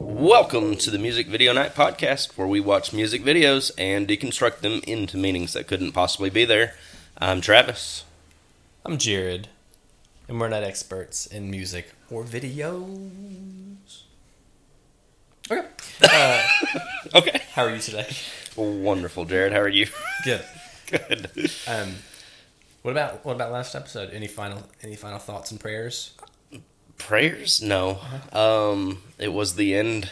Welcome to the Music Video Night podcast, where we watch music videos and deconstruct them into meanings that couldn't possibly be there. I'm Travis. I'm Jared, and we're not experts in music or video. Okay. Uh, Okay. how are you today? Wonderful, Jared. How are you? Good. Good. Um, what about what about last episode? Any final any final thoughts and prayers? Prayers? No. Um, it was the end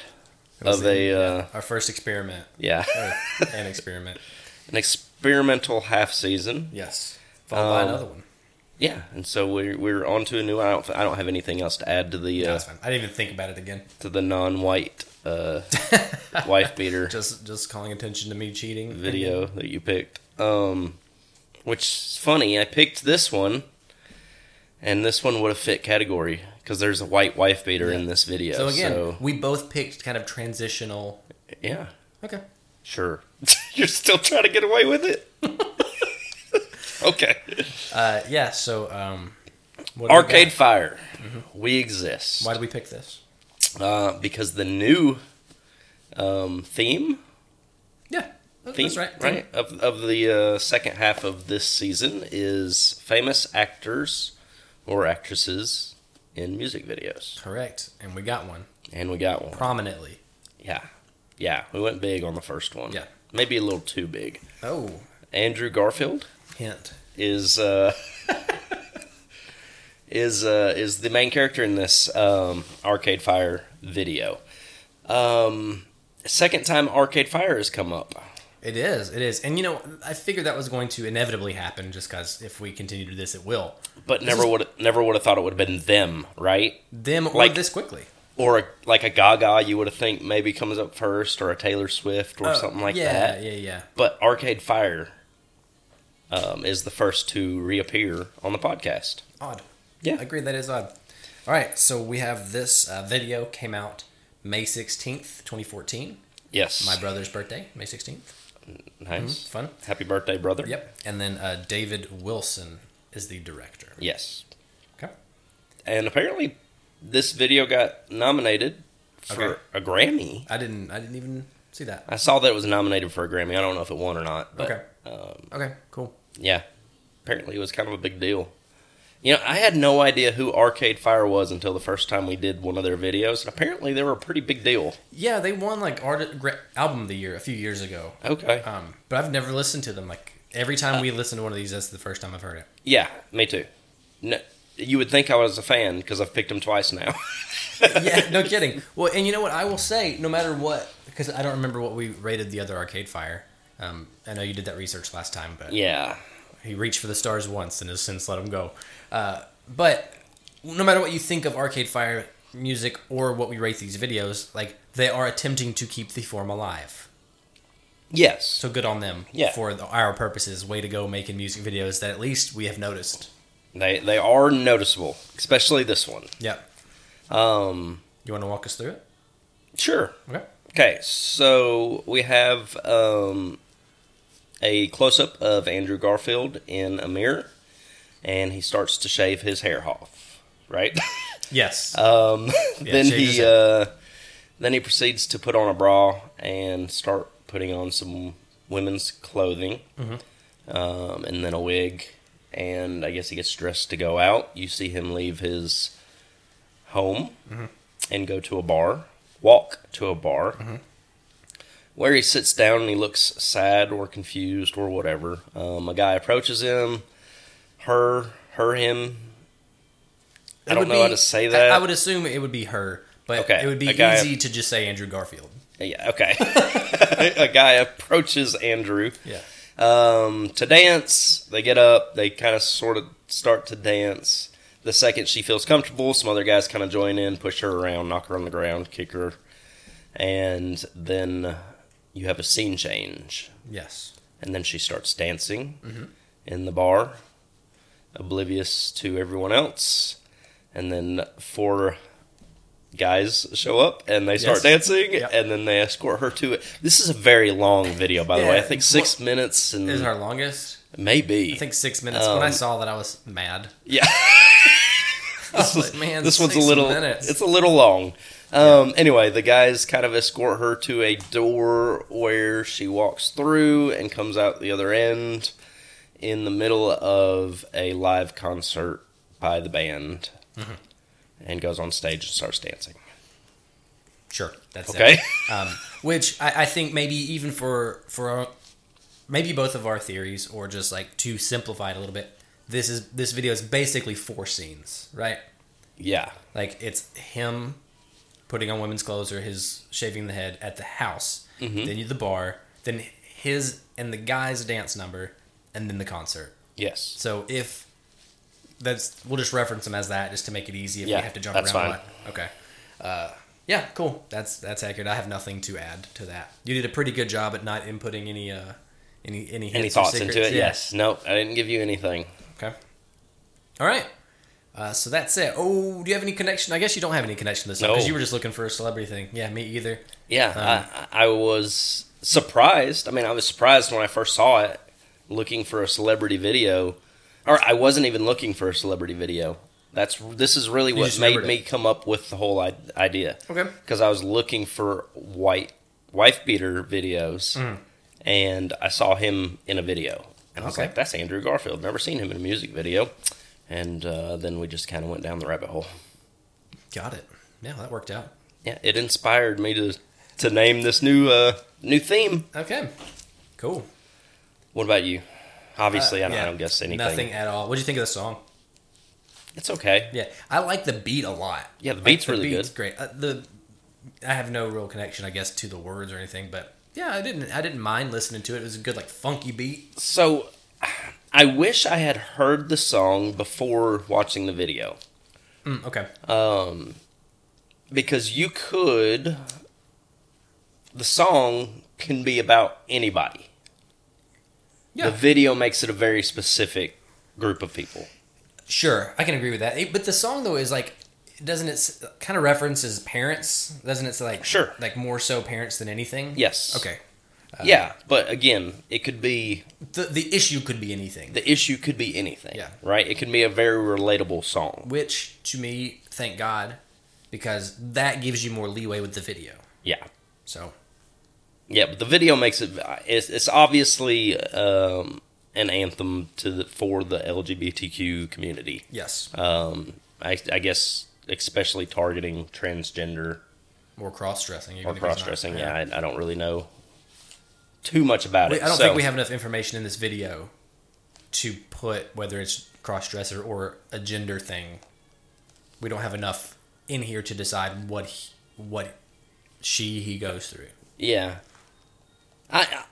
It was of the- a uh, Our first experiment, yeah, or an experiment. an experimental half season. Yes. Followed by Um, another one. Yeah, and so we're we're on to a new. I don't I don't have anything else to add to the uh, That's fine. I didn't even think about it again. to the non-white uh, wife beater. Just just calling attention to me cheating. video that you picked. Um, which is funny. I picked this one, and this one would have fit category because there's a white wife beater in this video. So again, so, we both picked kind of transitional. yeah, Okay. sure. You're still trying to get away with it. okay. Uh, yeah. So um, what do we Arcade got? Fire. We exist Mm-hmm. Why did we pick this? uh, because the new um, theme Yeah, that's, theme, Oh, that's right. right of, of the uh, second half of this season is famous actors or actresses in music videos, Correct. And we got one and we got one. prominently. Yeah, yeah, we went big on the first one. Yeah. maybe a little too big. Oh, Andrew Garfield hint. is uh, is uh, is the main character in this um, Arcade Fire video. Um, second time Arcade Fire has come up. It is. It is. And you know, I figured that was going to inevitably happen just because if we continue to do this, it will. But This never is- would never would have thought it would have been them, right? Them or Like- this quickly. or a, like a Gaga you would have think maybe comes up first, or a Taylor Swift, or Oh, something like yeah, that. Yeah, yeah, But Arcade Fire um, is the first to reappear on the podcast. Odd. Yeah. I agree. That is odd. All right. So we have this uh, video came out May 16th, 2014. Yes, My brother's birthday, May 16th. nice, Fun. happy birthday, brother. Yep. And then uh, David Wilson is the director. Yes, Okay. and apparently this video got nominated for Okay. a Grammy. I didn't. I didn't even see that. I saw that it was nominated for a Grammy. I don't know if it won or not. But, Okay. Um, Okay. Cool. yeah, apparently it was kind of a big deal. You know, I had no idea who Arcade Fire was until the first time we did one of their videos, and apparently they were a pretty big deal. Yeah, they won like art gra- album of the year a few years ago. Okay. Um, but I've never listened to them. Like every time we listen to one of these, that's the first time I've heard it. yeah, me too. No, you would think I was a fan because I've picked them twice now. Yeah, no kidding. Well, and you know what I will say, no matter what, because I don't remember what we rated the other Arcade Fire. Um, I know you did that research last time, but yeah. he reached for the stars once and has since let him go. Uh, but no matter what you think of Arcade Fire music or what we rate these videos, like they are attempting to keep the form alive. Yes. So good on them Yeah. for the, our purposes. Way to go making music videos that at least we have noticed. they they are noticeable, especially this one. Yep. Um, You want to walk us through it? sure. Okay. Okay, so we have um, a close up of Andrew Garfield in a mirror, and he starts to shave his hair off, right? Yes. Um, then shave his he uh, then he proceeds to put on a bra and start putting on some women's clothing, Mm-hmm. um, and then a wig, and I guess he gets dressed to go out. You see him leave his home Mm-hmm. and go to a bar, walk to a bar. Mm-hmm. Where he sits down and he looks sad or confused or whatever. Um, a guy approaches him, her, her, him. I It don't would know be- how to say I- that. I, would assume it would be her, but Okay, it would be a guy- easy to just say Andrew Garfield. Yeah, okay. a guy approaches Andrew Yeah. um, to dance. They get up, they kind of sort of start to dance. The second she feels comfortable, some other guys kind of join in, push her around, knock her on the ground, kick her. And then you have a scene change. Yes. And then she starts dancing Mm-hmm. in the bar, oblivious to everyone else. And then four guys show up and they start Yes. dancing, Yep. and then they escort her to it. This is a very long video, by the way. I Yeah. think six minutes and This is our longest. maybe. I think six minutes. Um, when I saw that, I was mad. yeah. I was like, man, this one's a six little. minutes. It's a little long. Um, Anyway, the guys kind of escort her to a door where she walks through and comes out the other end in the middle of a live concert by the band Mm-hmm. and goes on stage and starts dancing. Sure, that's it. Okay? Um, which I, I think maybe even for for our, maybe both of our theories, or just like to simplify it a little bit, this is this video is basically four scenes, right? yeah. Like it's him putting on women's clothes or his shaving the head at the house, then you the bar, then his and the guy's dance number, and then the concert. Yes. So if that's we'll just reference them as that just to make it easy if Yeah, we have to jump that's around a fine. lot. Okay. Uh, yeah, cool. That's that's accurate. I have nothing to add to that. You did a pretty good job at not inputting any uh any any Any hints or thoughts into secrets. it? Yeah. Yes. Nope. I didn't give you anything. Okay. All right. Uh, so that's it. Oh, do you have any connection? I guess you don't have any connection to this because No. you were just looking for a celebrity thing. Yeah, me either. Yeah, Um, I, I I was surprised. I mean, I was surprised when I first saw it, looking for a celebrity video, or I wasn't even looking for a celebrity video. That's this is really what just made remembered me come up with the whole I- idea. Okay. because I was looking for white wife beater videos, Mm. and I saw him in a video, and I was Okay. like, "That's Andrew Garfield. Never seen him in a music video." And uh, then we just kind of went down the rabbit hole. Got it. Yeah, that worked out. Yeah, it inspired me to to name this new uh, new theme. Okay. Cool. What about you? Obviously, I, don't, Uh, Yeah. I don't guess anything. Nothing at all. What do you think of the song? It's okay. Yeah, I like the beat a lot. Yeah, the Like, beat's really beat's good. Great. Uh, the I have no real connection, I guess, to the words or anything, but yeah, I didn't I didn't mind listening to it. It was a good like funky beat. So, I wish I had heard the song before watching the video Mm, okay. because you could. The song can be about anybody. Yeah. The video makes it a very specific group of people. Sure, I can agree with that. It- but the song though is like doesn't it kind of references parents? Doesn't it like Sure. like more so parents than anything? Yes. Uh, Okay. yeah, but again, it could be The the issue could be anything. the issue could be anything. Yeah. Right? It can be a very relatable song. which to me, thank God, because that gives you more leeway with the video. Yeah. So Yeah, but the video makes it. It's, it's obviously um, an anthem to the, for the LGBTQ community. yes. Um, I, I guess especially targeting transgender More cross dressing. or cross dressing. Yeah, I, I don't really know too much about Wait, it. I don't so- think we have enough information in this video to put whether it's cross dresser or a gender thing. We don't have enough in here to decide what he, what she he goes through. Yeah, I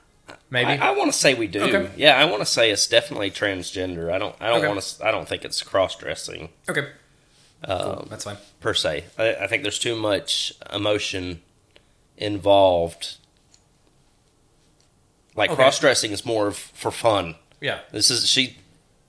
Maybe I, I want to say we do. Okay. Yeah, I want to say it's definitely transgender. I don't I don't Okay. want to. I don't think it's cross dressing okay. Um, Cool, that's fine. per se. I, I think there's too much emotion involved. Like Okay. cross dressing is more of for fun. Yeah. This is she.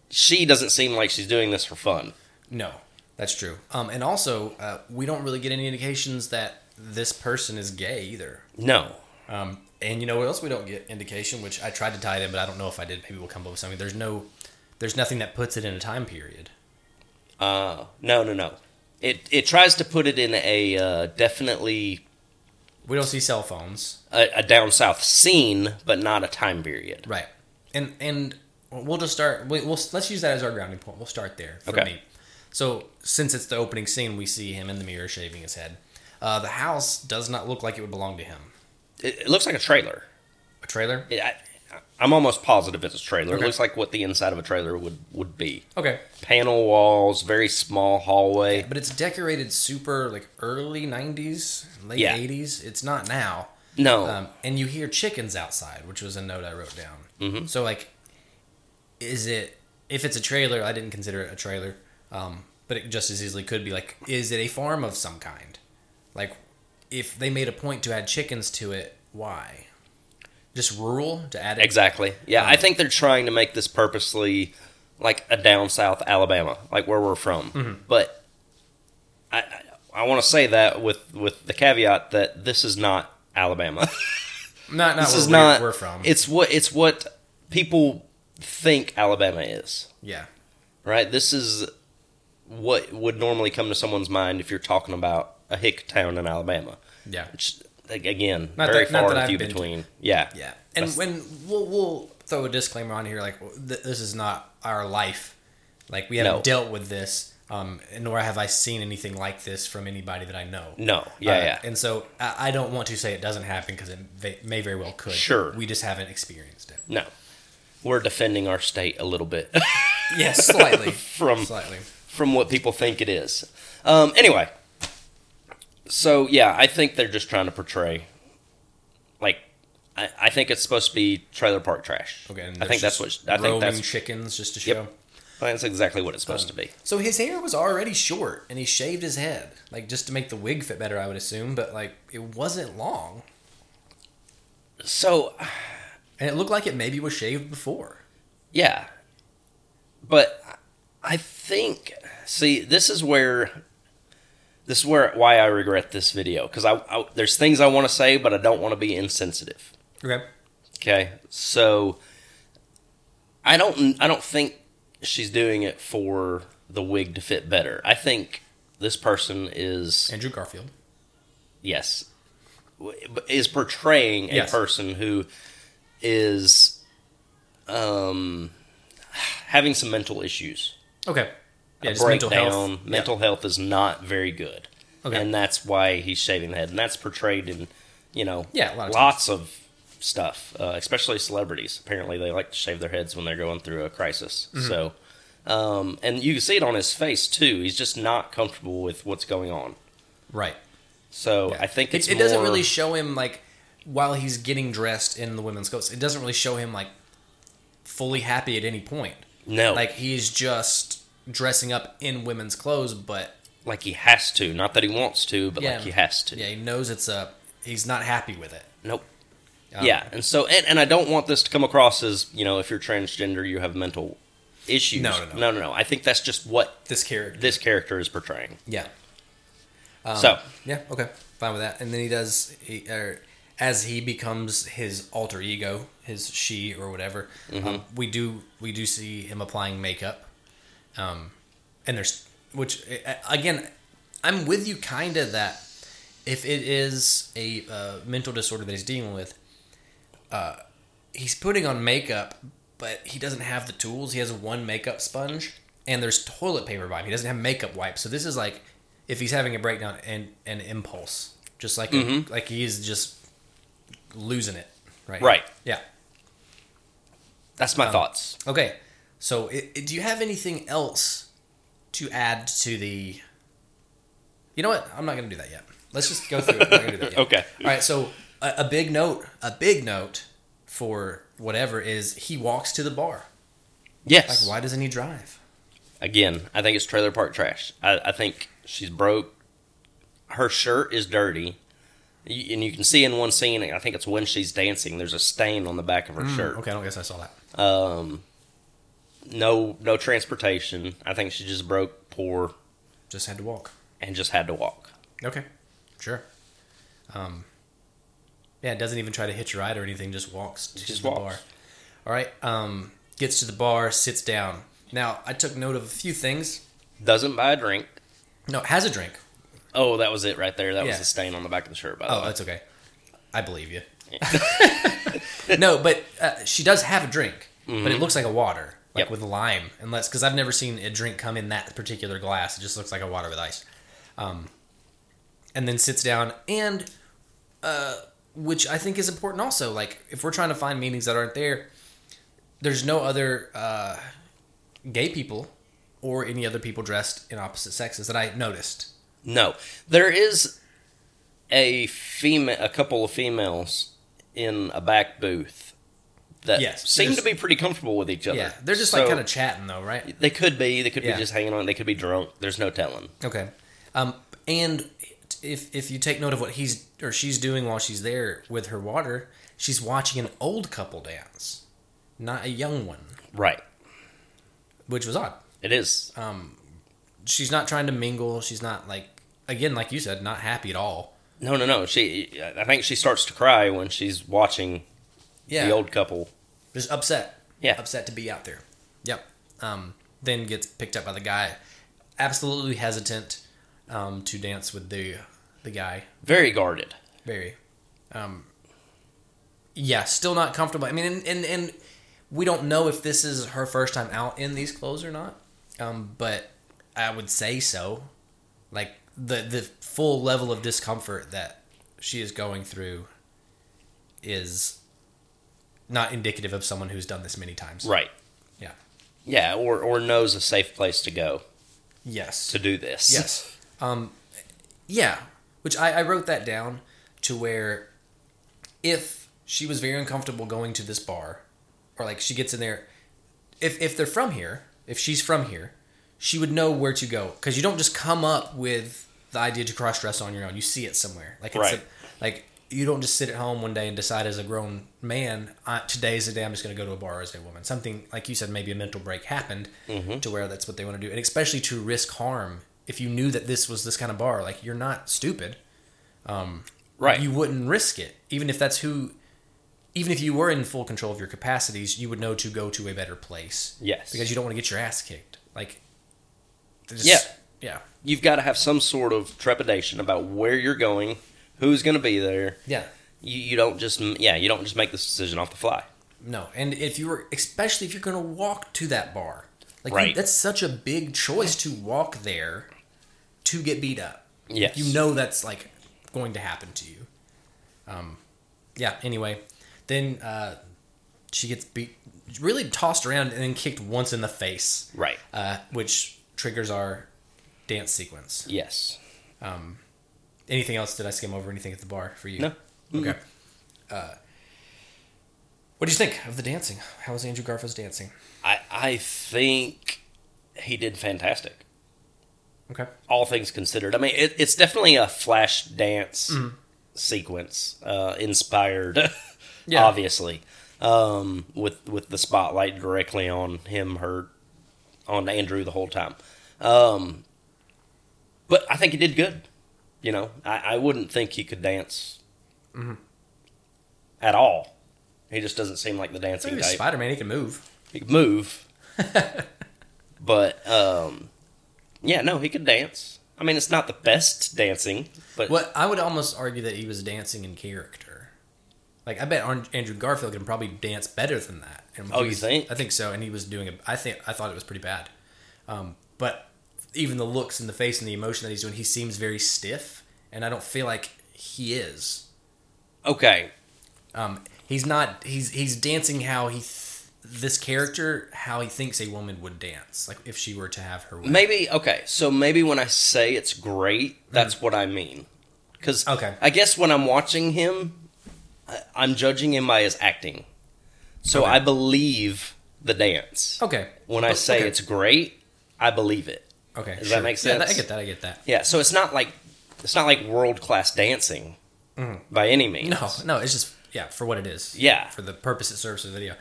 She doesn't seem like she's doing this for fun. No, that's true. Um, and also, uh, we don't really get any indications that this person is gay either. No. Um, and you know what else we don't get indication, which I tried to tie it in, but I don't know if I did. Maybe we'll come up with something. There's no, there's nothing that puts it in a time period. Uh. No. No. No. It it tries to put it in a uh, definitely We don't see cell phones. a, a down south scene, but not a time period. Right. And and we'll just start. we- We'll let's use that as our grounding point. We'll start there for Okay. me. So since it's the opening scene, we see him in the mirror shaving his head. Uh, the house does not look like it would belong to him. It, it looks like a trailer. A trailer. It, I, I'm almost positive it's a trailer. Okay. It looks like what the inside of a trailer would would be. Okay. Panel walls, very small hallway. But it's decorated super like early '90s, late Yeah. '80s. It's not now. No. Um, and you hear chickens outside, which was a note I wrote down. Mm-hmm. So like, is it if it's a trailer? I didn't consider it a trailer, um, but it just as easily could be like, is it a farm of some kind? Like, if they made a point to add chickens to it, why? Just rural to add it? Exactly. Yeah, Um, I think they're trying to make this purposely like a down south Alabama, like where we're from. Mm-hmm. But I I, I want to say that with with the caveat that this is not Alabama. Not not this where is we're, not we're from. It's what it's what people think Alabama is, yeah, right? This is what would normally come to someone's mind if you're talking about a hick town in Alabama. Yeah. Which, like, again, Not very that- not far that and I've few been to. between. Yeah. Yeah, and That's- when we'll we'll throw a disclaimer on here, like th- this is not our life. Like we haven't No. dealt with this, um, and nor have I seen anything like this from anybody that I know. No. Yeah. Uh, yeah. And so I, I don't want to say it doesn't happen because it ve- may very well could. Sure. We just haven't experienced it. no. We're defending our state a little bit Yes, slightly, from slightly. from what people think it is. Um, anyway, so yeah, I think they're just trying to portray, like, I, I think it's supposed to be trailer park trash. Okay. and I think that's there's just what I think roaming that's chickens just to show. I think that's exactly what it's supposed to be. So his hair was already short, and he shaved his head, like just to make the wig fit better, I would assume. But like it wasn't long, So and it looked like it maybe was shaved before. yeah, but I think see this is where this is where why I regret this video because I, I there's things I want to say but I don't want to be insensitive. Okay. Okay, so I don't I don't think she's doing it for the wig to fit better. I think this person is Andrew Garfield. yes w- is portraying a Yes. person who is um having some mental issues. Okay. Yeah, just mental breakdown. health. Yeah. mental health is not very good. Okay. And that's why he's shaving the head. And that's portrayed in, you know, Yeah, a lot of lots of stuff, uh, especially celebrities. Apparently, they like to shave their heads when they're going through a crisis. Mm-hmm. So, um, and you can see it on his face, too. He's just not comfortable with what's going on. Right. So Yeah. I think It- it's it, doesn't more- really show him like while he's getting dressed in the women's coats. It doesn't really show him like fully happy at any point. no Like like he's just dressing up in women's clothes, but like he has to not that he wants to but yeah, like he has to Yeah, he knows it's a. He's not happy with it. nope Um, yeah and so and, and i don't want this to come across as you know if you're transgender you have mental issues No, no, no. no, no. i think that's just what This character. this character is portraying. yeah. Um, So- yeah, okay, fine with that. And then he does, he, er, as he becomes his alter ego, his she or whatever. Mm-hmm. Um, we do we do see him applying makeup, um, and there's which eh, again, I'm with you kind of that if it is a uh, mental disorder that he's dealing with, uh, he's putting on makeup, but he doesn't have the tools. He has one makeup sponge, and there's toilet paper by him. He doesn't have makeup wipes. So this is like if he's having a breakdown and an impulse, just like a, like he is just losing it, right? Right. Yeah. That's um, my thoughts. Okay. So i i- do you have anything else to add to the? You know what? I'm not gonna do that yet. Let's just go through. It. I'm not gonna do that yet. Okay. All right, so a, a big note, a big note for whatever is he walks to the bar. Like, Yes. why doesn't he drive? Again, I think it's trailer park trash. I, I think she's broke. Her shirt is dirty. You- And you can see in one scene, I think it's when she's dancing, there's a stain on the back of her shirt. Okay, I don't guess I saw that. No no transportation. I think she just broke, poor, Just had to walk. and just had to walk. Okay, sure. Um, yeah, it doesn't even try to hitch a ride or anything. Just walks to Just the walks. bar. All right. Um, gets to the bar, sits down. Now I took note of a few things. Doesn't buy a drink. No, has a drink. Oh, that was it right there. That was Yeah. the stain on the back of the shirt, by the Oh, way. that's okay. I believe you. no, but uh, she does have a drink, but it looks like a water, like Mm-hmm. Yep. with lime, unless because I've never seen a drink come in that particular glass. It just looks like a water with ice. Um, and then sits down, and uh, which I think is important also. Like if we're trying to find meanings that aren't there, there's no other uh, gay people or any other people dressed in opposite sexes that I noticed. No, there is a female, a couple of females in a back booth that Yes, seem to there's- be pretty comfortable with each other. Yeah, they're just like So, kind of chatting though, right? They could be. They could Yeah. be just hanging on. They could be drunk. There's no telling. Okay. Um, and if if you take note of what he's or she's doing while she's there with her water, she's watching an old couple dance, not a young one, Right. which was odd. It is. Uh. She's not trying to mingle. She's not like again, like you said, not happy at all. no, no, no. She. I think she starts to cry when she's watching Yeah, the old couple. just upset. Yeah. upset to be out there. Yep. Um, then gets picked up by the guy, absolutely hesitant um, to dance with the the guy. Very guarded. Very. Um, yeah, still not comfortable. I mean, and, and, and we don't know if this is her first time out in these clothes or not, um, but I would say so. Like the the full level of discomfort that she is going through is not indicative of someone who's done this many times. Right. Yeah. Yeah, or, or knows a safe place to go Yes. to do this. Yes. Um, yeah. Which I, I wrote that down to where if she was very uncomfortable going to this bar, or like she gets in there, if, if they're from here, if she's from here, she would know where to go. Because you don't just come up with the idea to cross dress on your own. You see it somewhere. Like, it's Right. a, like you don't just sit at home one day and decide as a grown man, I, today's the day I'm just going to go to a bar as a woman. Something, like you said, maybe a mental break happened to where that's what they want to do. And especially to risk harm. If you knew that this was this kind of bar, like you're not stupid Right. you wouldn't risk it even if that's who even if you were in full control of your capacities you would know to go to a better place yes. because you don't want to get your ass kicked like just, Yeah. yeah you've got to have some sort of trepidation about where you're going, who's going to be there. yeah You, you don't just yeah, you don't just make this decision off the fly. no and if you were especially if you're going to walk to that bar like you- Right. that's such a big choice to walk there to get beat up Yes. you know that's like going to happen to you um yeah anyway then uh she gets beat really tossed around and then kicked once in the face Right. uh, which triggers our dance sequence. Yes. Anything else? Did I skim over anything at the bar for you? No. Okay. Uh, what do you think of the dancing? How was Andrew Garfield's dancing? I I think he did fantastic. Okay. All things considered, I mean, it, it's definitely a flash dance Mm. sequence uh, inspired, Yeah. obviously, um, with with the spotlight directly on him, her, on Andrew the whole time. Um, but I think he did good. You know, I, I wouldn't think he could dance at all. He just doesn't seem like the dancing Maybe type. Spider Man, he can move. He could move. but um yeah, no, he could dance. I mean, it's not the best dancing, but Well, I would almost argue that he was dancing in character. Like I bet Ar- Andrew Garfield can probably dance better than that. And Oh, he you was- think? I think so. And he was doing. A, I think I thought it was pretty bad. Um, but even the looks and the face and the emotion that he's doing, he seems very stiff, and I don't feel like he is. okay. Um, he's not. He's he's dancing how he th- this character how he thinks a woman would dance, like if she were to have her way. Maybe okay. So maybe when I say it's great, that's what I mean. Cuz Mm. Okay. I guess when I'm watching him, I, I'm judging him by his acting. So Okay. I believe the dance. Okay. When I But- say okay. it's great, I believe it. okay, does that make Yeah, sense? I get that. I get that. Yeah, so it's not like it's not like world-class dancing by any means. Mm. No, no, it's just yeah for what it is. Yeah. for the purpose it serves for the video.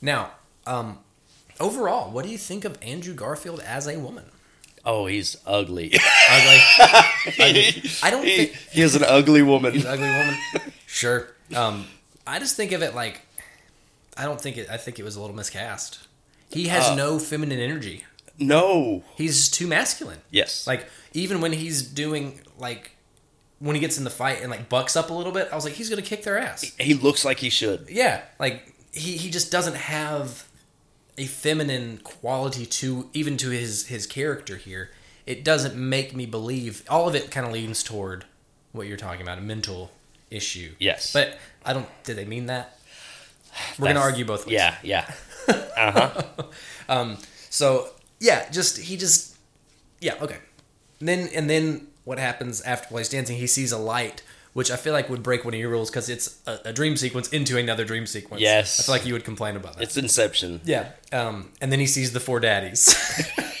now, um, overall, what do you think of Andrew Garfield as a woman? Oh, he's ugly. Ugly. ugly. I don't he, think he is an ugly woman. an ugly woman. Sure. Um, I just think of it like I don't think it. I think it was a little miscast. He has no feminine energy. No. He's too masculine. Yes. Like even when he's doing like when he gets in the fight and like bucks up a little bit, I was like, he's gonna kick their ass. he looks like he should. Yeah. Like he he just doesn't have a feminine quality to even to his his character here. It doesn't make me believe. All of it kind of leans toward what you're talking about, a mental issue. Yes. But I don't. Did they mean that? We're gonna That's- argue both ways. Yeah, yeah. So yeah, just he just yeah okay. And then and then what happens after while he's dancing? He sees a light, which I feel like would break one of your rules because it's a, a dream sequence into another dream sequence. Yes. I feel like you would complain about that. It's Inception. yeah. Um, and then he sees the four daddies.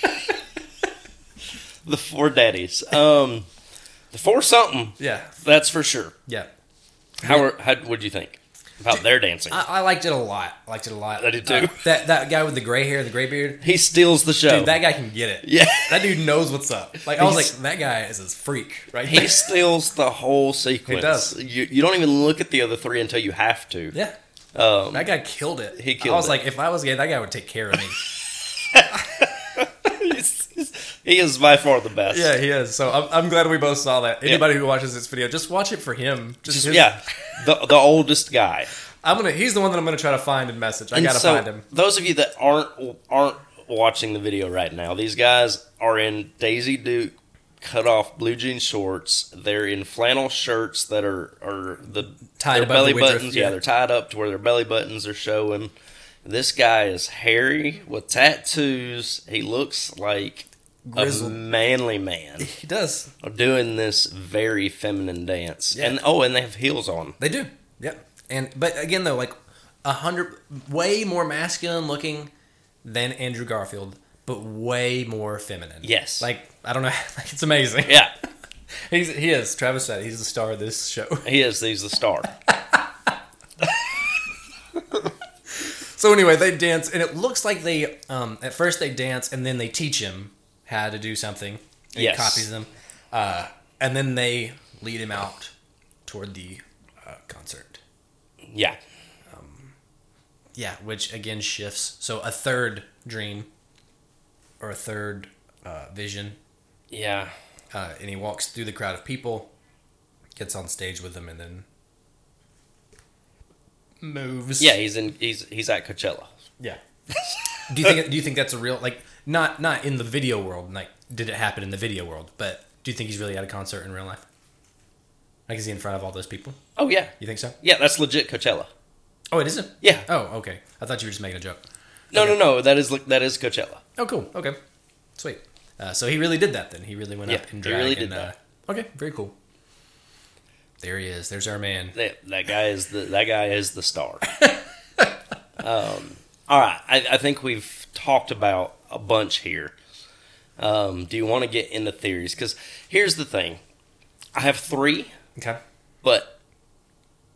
The four daddies. Um, the four something. yeah. That's for sure. Yeah. How are, how would you think about their dancing? I, I liked it a lot. I liked it a lot. Uh, I did too. that that guy with the gray hair, the gray beard, he steals the show. dude, that guy can get it. yeah. That dude knows what's up. Like I was He's- like, that guy is a freak, right? He steals the whole sequence. does. You, you don't even look at the other three until you have to. Yeah. Um, That guy killed it. He I killed was it. like, if I was gay, that guy would take care of me. he's, he's, He is by far the best. Yeah, he is. So I'm, I'm glad we both saw that. Anybody who watches this video, just watch it for him. Just, Just- his- yeah, the the oldest guy. I'm gonna. He's the one that I'm gonna try to find and message. I And gotta so, find him. Those of you that aren't aren't watching the video right now, these guys are in Daisy Duke cut off blue jean shorts. They're in flannel shirts that are are the Tied their above belly the midriff, buttons. Yeah. yeah. they're tied up to where their belly buttons are showing. This guy is hairy with tattoos. He looks like Grizzled. a manly man He does. doing this very feminine dance. Yeah. And oh, and they have heels on. They do. Yep. And but again though, like a hundred, way more masculine looking than Andrew Garfield, but way more feminine. Yes. Like I don't know. Like it's amazing. Yeah, He's he is Travis said he's the star of this show. he is. He's the star. So anyway, they dance, and it looks like they um, at first they dance, and then they teach him how to do something. And Yes. He copies them, uh, and then they lead him out toward the uh, concert. Yeah. Yeah, which again shifts. So a third dream, or a third uh, vision, Yeah. uh, and he walks through the crowd of people, gets on stage with them, and then moves. Yeah, he's in he's he's at Coachella. Yeah. do you think do you think that's a real like not not in the video world like did it happen in the video world but do you think he's really at a concert in real life? Like is he in front of all those people? Oh yeah. You think so? Yeah, that's legit Coachella. Oh, it isn't. Yeah. Oh, okay. I thought you were just making a joke. No, no, no. That is that is Coachella. Oh, cool. Okay, sweet. Uh, so he really did that then. He really went Yeah, up and he drag really and, did Uh, okay, very cool. There he is. There's our man. That, that guy is the that guy is the star. um, all right, I, I think we've talked about a bunch here. Um, do you want to get into theories? Because here's the thing, I have three, Okay. but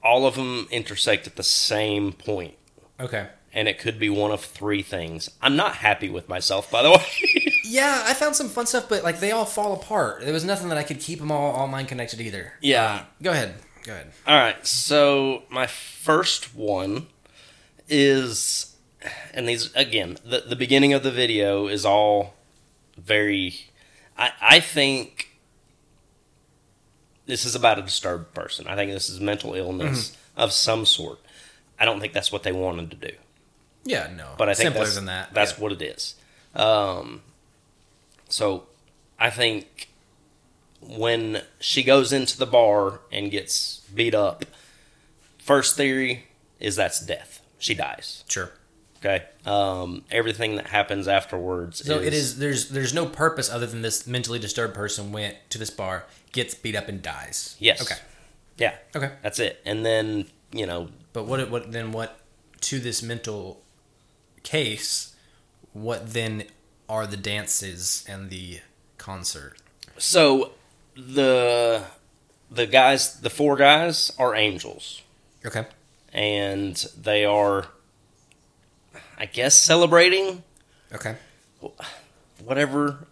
all of them intersect at the same point, Okay. and it could be one of three things. I'm not happy with myself, by the way. Yeah, I found some fun stuff, but like they all fall apart. There was nothing that I could keep them all all mine connected either. yeah, Go ahead. Go ahead. All right, so my first one is, and these again, the, the beginning of the video is all very. I, I think this is about a disturbed person. I think this is mental illness of some sort. I don't think that's what they wanted to do, Yeah, no. but I think simpler that's, than that. that's yeah. what it is. Um, so I think when she goes into the bar and gets beat up, first theory is that's death. She dies. sure. Okay. Um, everything that happens afterwards. So is, it is there's there's no purpose other than this mentally disturbed person went to this bar, gets beat up and dies. Yes. Okay. Yeah. Okay. That's it. And then you know. But what what then what to this mental case, what then are the dances and the concert? So the the guys, the four guys, are angels. Okay. and they are i guess celebrating Okay. whatever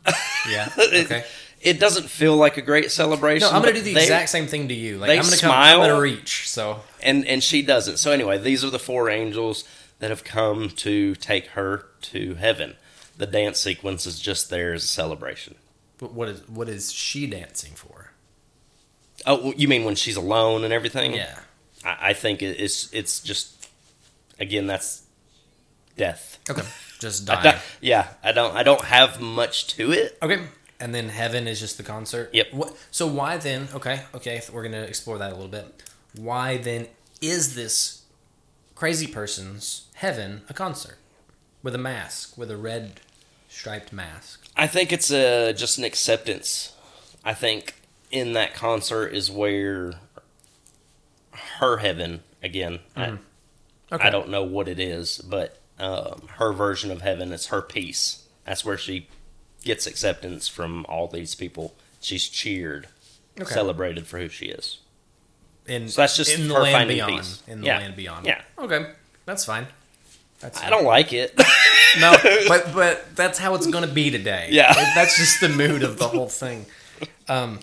Yeah. It- Okay. it, doesn't feel like a great celebration No, I'm gonna but do the they- exact same thing to you. Like they I'm gonna come. smile. I'm gonna reach. So and and she doesn't so anyway these are the four angels that have come to take her to heaven the dance sequence is just there as a celebration but what is what is she dancing for? oh you mean when she's alone and everything Yeah. i, I think it- it's it's just again that's death Okay. Just I dying. don't- yeah i don't i don't have much to it Okay. And then heaven is just the concert. Yep. What, so why then? Okay, okay, we're gonna explore that a little bit. Why then is this crazy person's heaven a concert with a mask, with a red striped mask? I think it's a just an acceptance. I think in that concert is where her heaven again. I, I Okay. don't know what it is, but um, her version of heaven is her peace. That's where she gets acceptance from all these people. She's cheered, Okay. celebrated for who she is. In, So that's just in the her land finding beyond. peace. In the Yeah. land beyond. Yeah. Okay, that's fine. That's I don't like it. no, but but that's how it's gonna be today. Yeah. It- that's just the mood of the whole thing. Um,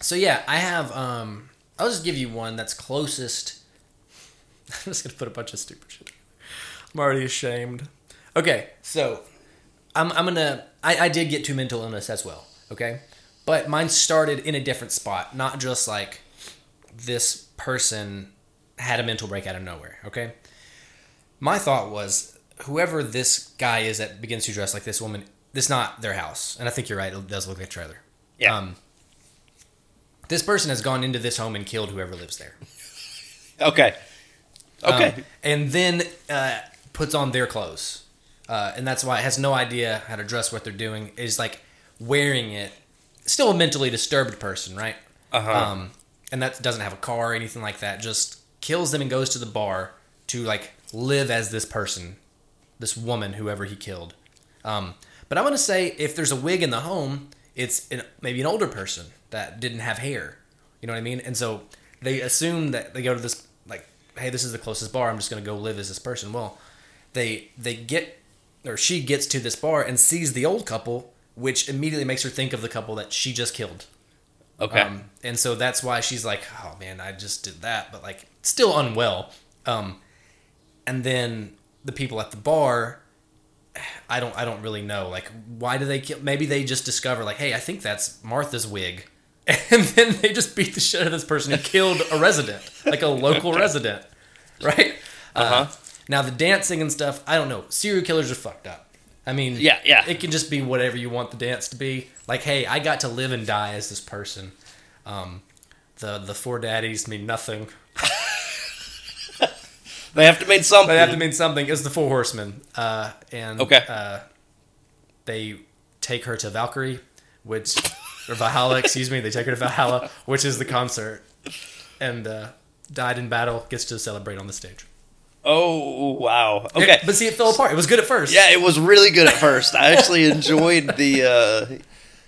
so yeah, I have. Um, I'll just give you one that's closest. I'm just gonna put a bunch of stupid shit. I'm already ashamed. Okay, so I'm, I'm gonna I, I did get to mental illness as well okay but mine started in a different spot not just like this person had a mental break out of nowhere okay my thought was whoever this guy is that begins to dress like this woman this not their house and i think you're right it does look like a trailer Yeah. um this person has gone into this home and killed whoever lives there Okay. Okay. um, and then uh, puts on their clothes. Uh, and that's why it has no idea how to dress, what they're doing, is like wearing it. Still a mentally disturbed person, right? Uh-huh. Um, and that doesn't have a car or anything like that. Just kills them and goes to the bar to like live as this person, this woman, whoever he killed. Um, but I'm gonna say if there's a wig in the home, it's an, maybe an older person that didn't have hair. You know what I mean? And so they assume that they go to this like, hey, this is the closest bar. I'm just gonna go live as this person. Well, they they get or she gets to this bar and sees the old couple, which immediately makes her think of the couple that she just killed. okay. Um, and so that's why she's like, oh man, I just did that, but like still unwell. Um, and then the people at the bar, I don't, I don't really know. Like, why do they kill? Maybe they just discover like, hey, I think that's Martha's wig. And then they just beat the shit out of this person who killed a resident, like a local resident, right? Uh-huh. Uh, now the dancing and stuff, I don't know. Serial killers are fucked up. I mean, Yeah, yeah. It can just be whatever you want the dance to be. Like, hey, I got to live and die as this person. Um, the the four daddies mean nothing. they have to mean something. They have to mean something. It's the four horsemen, uh, and Mm-hmm. Okay. uh, they take her to Valkyrie, which or Valhalla, excuse me. They take her to Valhalla, which is the concert, and uh, died in battle gets to celebrate on the stage. oh wow. Okay. but see, it fell apart. It was good at first. yeah, it was really good at first. I actually enjoyed the. Uh,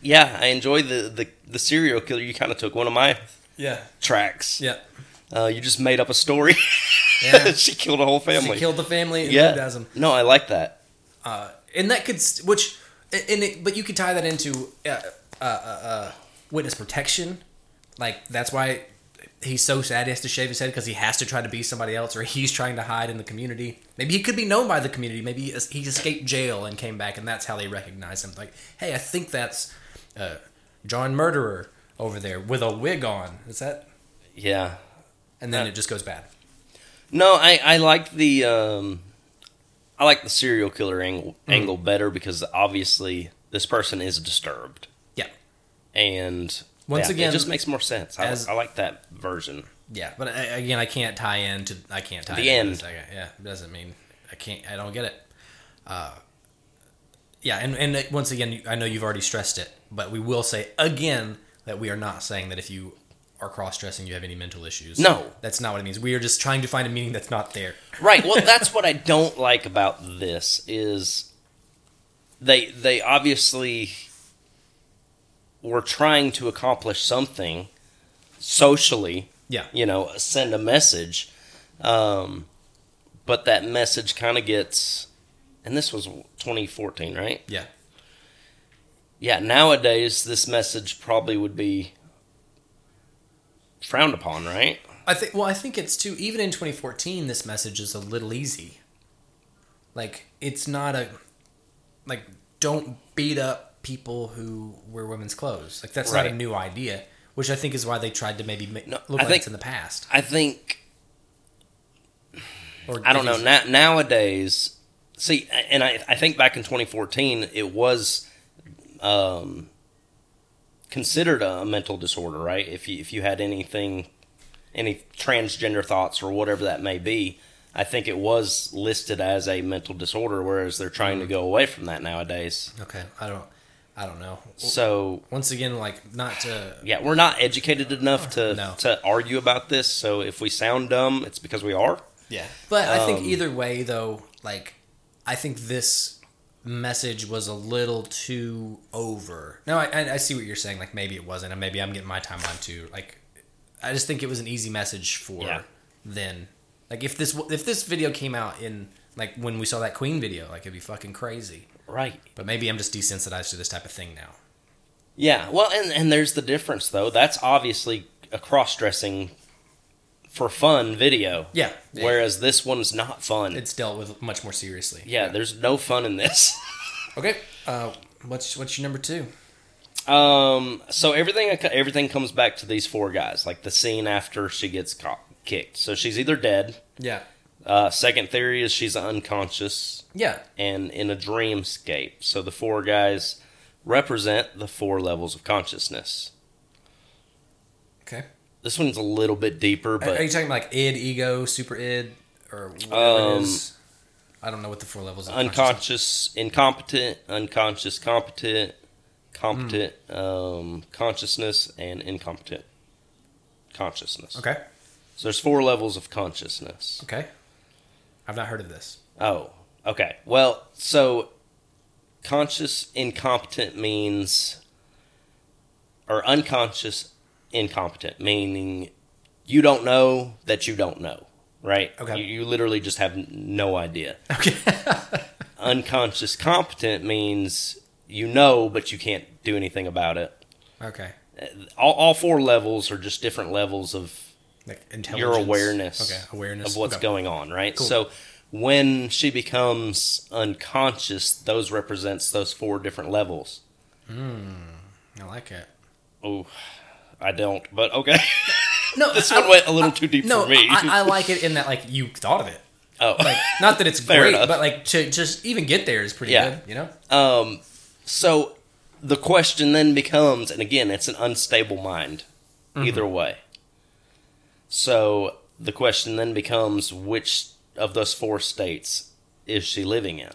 yeah, I enjoyed the the, the serial killer. You kind of took one of my yeah, tracks. yeah. Uh, you just made up a story. Yeah. she killed a whole family. She killed the family. And yeah. yeah, them. No, I like that. uh, and that could s- which and it, but you could tie that into uh, uh, uh, uh, witness protection like that's why he's so sad he has to shave his head because he has to try to be somebody else or he's trying to hide in the community maybe he could be known by the community maybe he es- he escaped jail and came back and that's how they recognize him like hey i think that's uh, john murderer over there with a wig on is that Yeah. and then Uh, it just goes bad No, I I like the um, I like the serial killer angle Mm. angle better because obviously this person is disturbed yeah and Once yeah, again, it just makes more sense. I, as- I like that version. Yeah, but I, again, I can't tie in to I can't tie The in end. To this. I, yeah, it doesn't mean I can't. I don't get it. Uh, yeah, and and it- once again, I know you've already stressed it, but we will say again that we are not saying that if you are cross dressing, you have any mental issues. No. that's not what it means. We are just trying to find a meaning that's not there. right well that's what i don't like about this is they they obviously were trying to accomplish something socially Yeah, you know send a message um but that message kind of gets and this was 2014 right yeah, yeah nowadays this message probably would be frowned upon right I think. Well, I think it's too. Even in 2014, this message is a little easy. Like it's not a, like don't beat up people who wear women's clothes. Like that's not Right. a new idea, which I think is why they tried to maybe make, No, look I like think- it's in the past. i think Or I don't know. if it's- Na- nowadays, see, and I, I think back in 2014, it was um, considered a mental disorder, right? If you, if you had anything, any transgender thoughts or whatever that may be, I think it was listed as a mental disorder, whereas they're trying Mm. to go away from that nowadays. Okay, I don't. I don't know. So, Once again, like not to. yeah, we're not educated enough to, No. to argue about this. So, if we sound dumb, it's because we are. Yeah. But I think Um, either way, though, like, I think this message was a little too over. No, I- I, I see what you're saying. Like, maybe it wasn't, and maybe I'm getting my timeline too. Like, I just think it was an easy message for Yeah. then. Like, if this w- if this video came out in like when we saw that Queen video, like it'd be fucking crazy. Right. But maybe I'm just desensitized to this type of thing now. Yeah, well, and, and there's the difference though. That's obviously a cross dressing for fun video. Yeah. Whereas this one's not fun. It's dealt with much more seriously. yeah, there's no fun in this. Okay. Uh, what's what's your number two? Um, so everything everything comes back to these four guys. Like the scene after she gets caught, kicked. So she's either dead. Yeah, Uh, second theory is she's unconscious yeah, and in a dreamscape. So the four guys represent the four levels of consciousness. okay. This one's a little bit deeper, Are- but Are you talking like id, ego, super id, or whatever it Um, is? I don't know what the four levels of consciousness- unconscious, incompetent, unconscious, competent, competent, Hmm. um, consciousness, and incompetent consciousness. Okay, So there's four levels of consciousness. okay. I've not heard of this. Oh, okay. Well, so conscious incompetent means, or unconscious incompetent, meaning you don't know that you don't know, right? Okay. You, you literally just have n- no idea. Okay, Unconscious competent means you know, but you can't do anything about it. okay. All, all four levels are just different levels of Like intelligence. your awareness, Okay, awareness of what's Okay. going on, right? Cool. So when she becomes unconscious, those represents those four different levels. I like it. Oh, I don't, but okay. No, this one went a little too deep no, for me. I, I like it in that like you thought of it. oh, Like not that it's Fair great, enough. but like to just even get there is pretty Yeah. good. You know. um, so the question then becomes, and again, it's an unstable mind, Mm-hmm. either way. So the question then becomes, which of those four states is she living in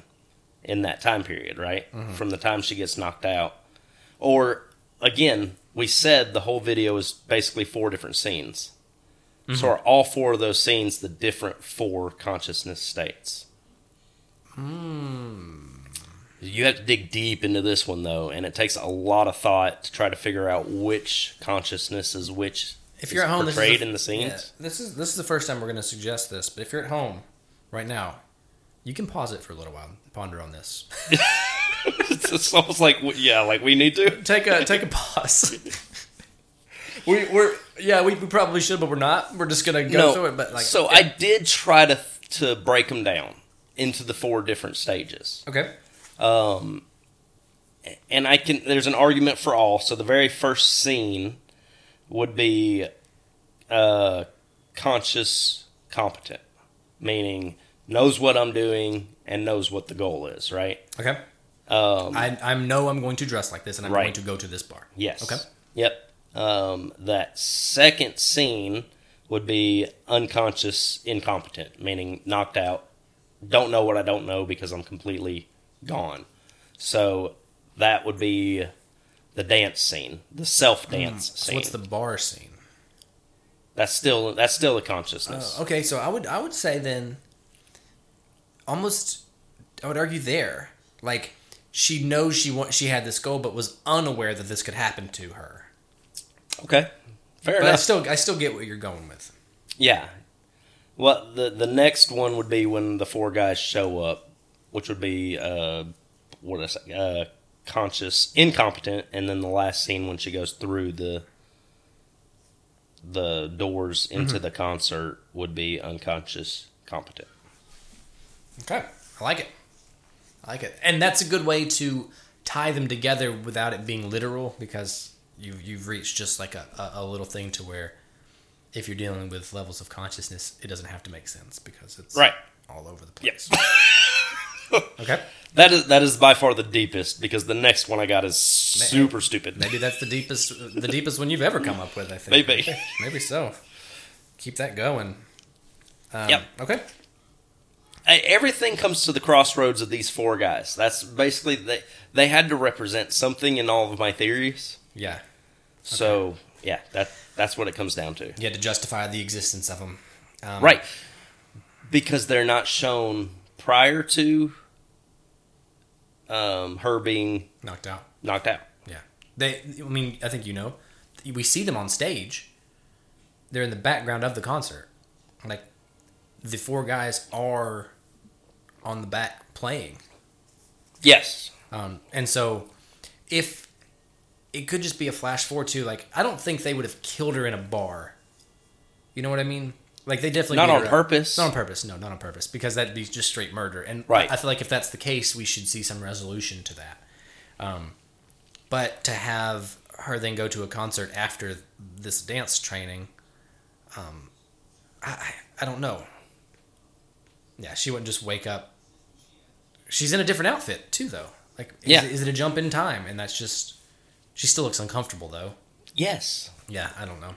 in that time period, right? Mm-hmm. From the time she gets knocked out. Or again, we said the whole video is basically four different scenes. Mm-hmm. So are all four of those scenes the different four consciousness states? Hmm. You have to dig deep into this one though, and it takes a lot of thought to try to figure out which consciousness is which. If is you're at home, this is portrayed the- in the Yeah, scenes. this is this is the first time we're going to suggest this, but if you're at home right now, you can pause it for a little while, and ponder on this. it's, it's almost like w- yeah, like we need to. Take a take a pause. we we're yeah we, we probably should, but we're not. We're just going to go no, through it. But like so I did try to to break them down into the four different stages, okay, and I can. There's an argument for all. So the very first scene would be uh, conscious, competent, meaning knows what I'm doing and knows what the goal is. Right. okay. Um, I I know I'm going to dress like this, and I'm Right. going to go to this bar. Yes. Okay. Yep. Um, that second scene would be unconscious, incompetent, meaning knocked out. Don't know what I don't know because I'm completely gone. So that would be the dance scene, the self dance Hmm. So scene. what's the bar scene? that's still that's still a consciousness. Oh, okay, so I would I would say then almost I would argue there. Like she knows she wa- she had this goal but was unaware that this could happen to her. Uh, okay. Fair But I enough. still I still get what you're going with. Yeah. Well, the the next one would be when the four guys show up, which would be uh, what did I say? Uh, conscious, incompetent, and then the last scene when she goes through the the doors into the concert would be unconscious, competent. Okay. I like it. I like it. And that's a good way to tie them together without it being literal because you've you've reached just like a, a, a little thing to where if you're dealing with levels of consciousness, it doesn't have to make sense because it's Right. all over the place. Yes, Okay. that is that is by far the deepest because the next one I got is super stupid. Maybe that's the deepest the deepest one you've ever come up with, I think. Maybe. Maybe so. Keep that going. Um, Yep. Okay. I- everything comes to the crossroads of these four guys. That's basically they they had to represent something in all of my theories. Yeah. So yeah, that that's what it comes down to. You had to justify the existence of them. Um, Right. Because they're not shown prior to um, her being Knocked out. knocked out. Yeah. They. I mean, I think you know. We see them on stage. They're in the background of the concert. Like, the four guys are on the back playing. Yes. Um, and so, if it could just be a flash forward to like, I don't think they would have killed her in a bar. You know what I mean? Like they definitely Not beat on her up. purpose. Not on purpose. No, not on purpose because that'd be just straight murder. And Right. I feel like if that's the case, we should see some resolution to that. Um, but to have her then go to a concert after this dance training, um, I, I I don't know. Yeah, she wouldn't just wake up. She's in a different outfit too, though. Like, is, Yeah. it- is it a jump in time? And that's just. She still looks uncomfortable though. Yes. Yeah, I don't know.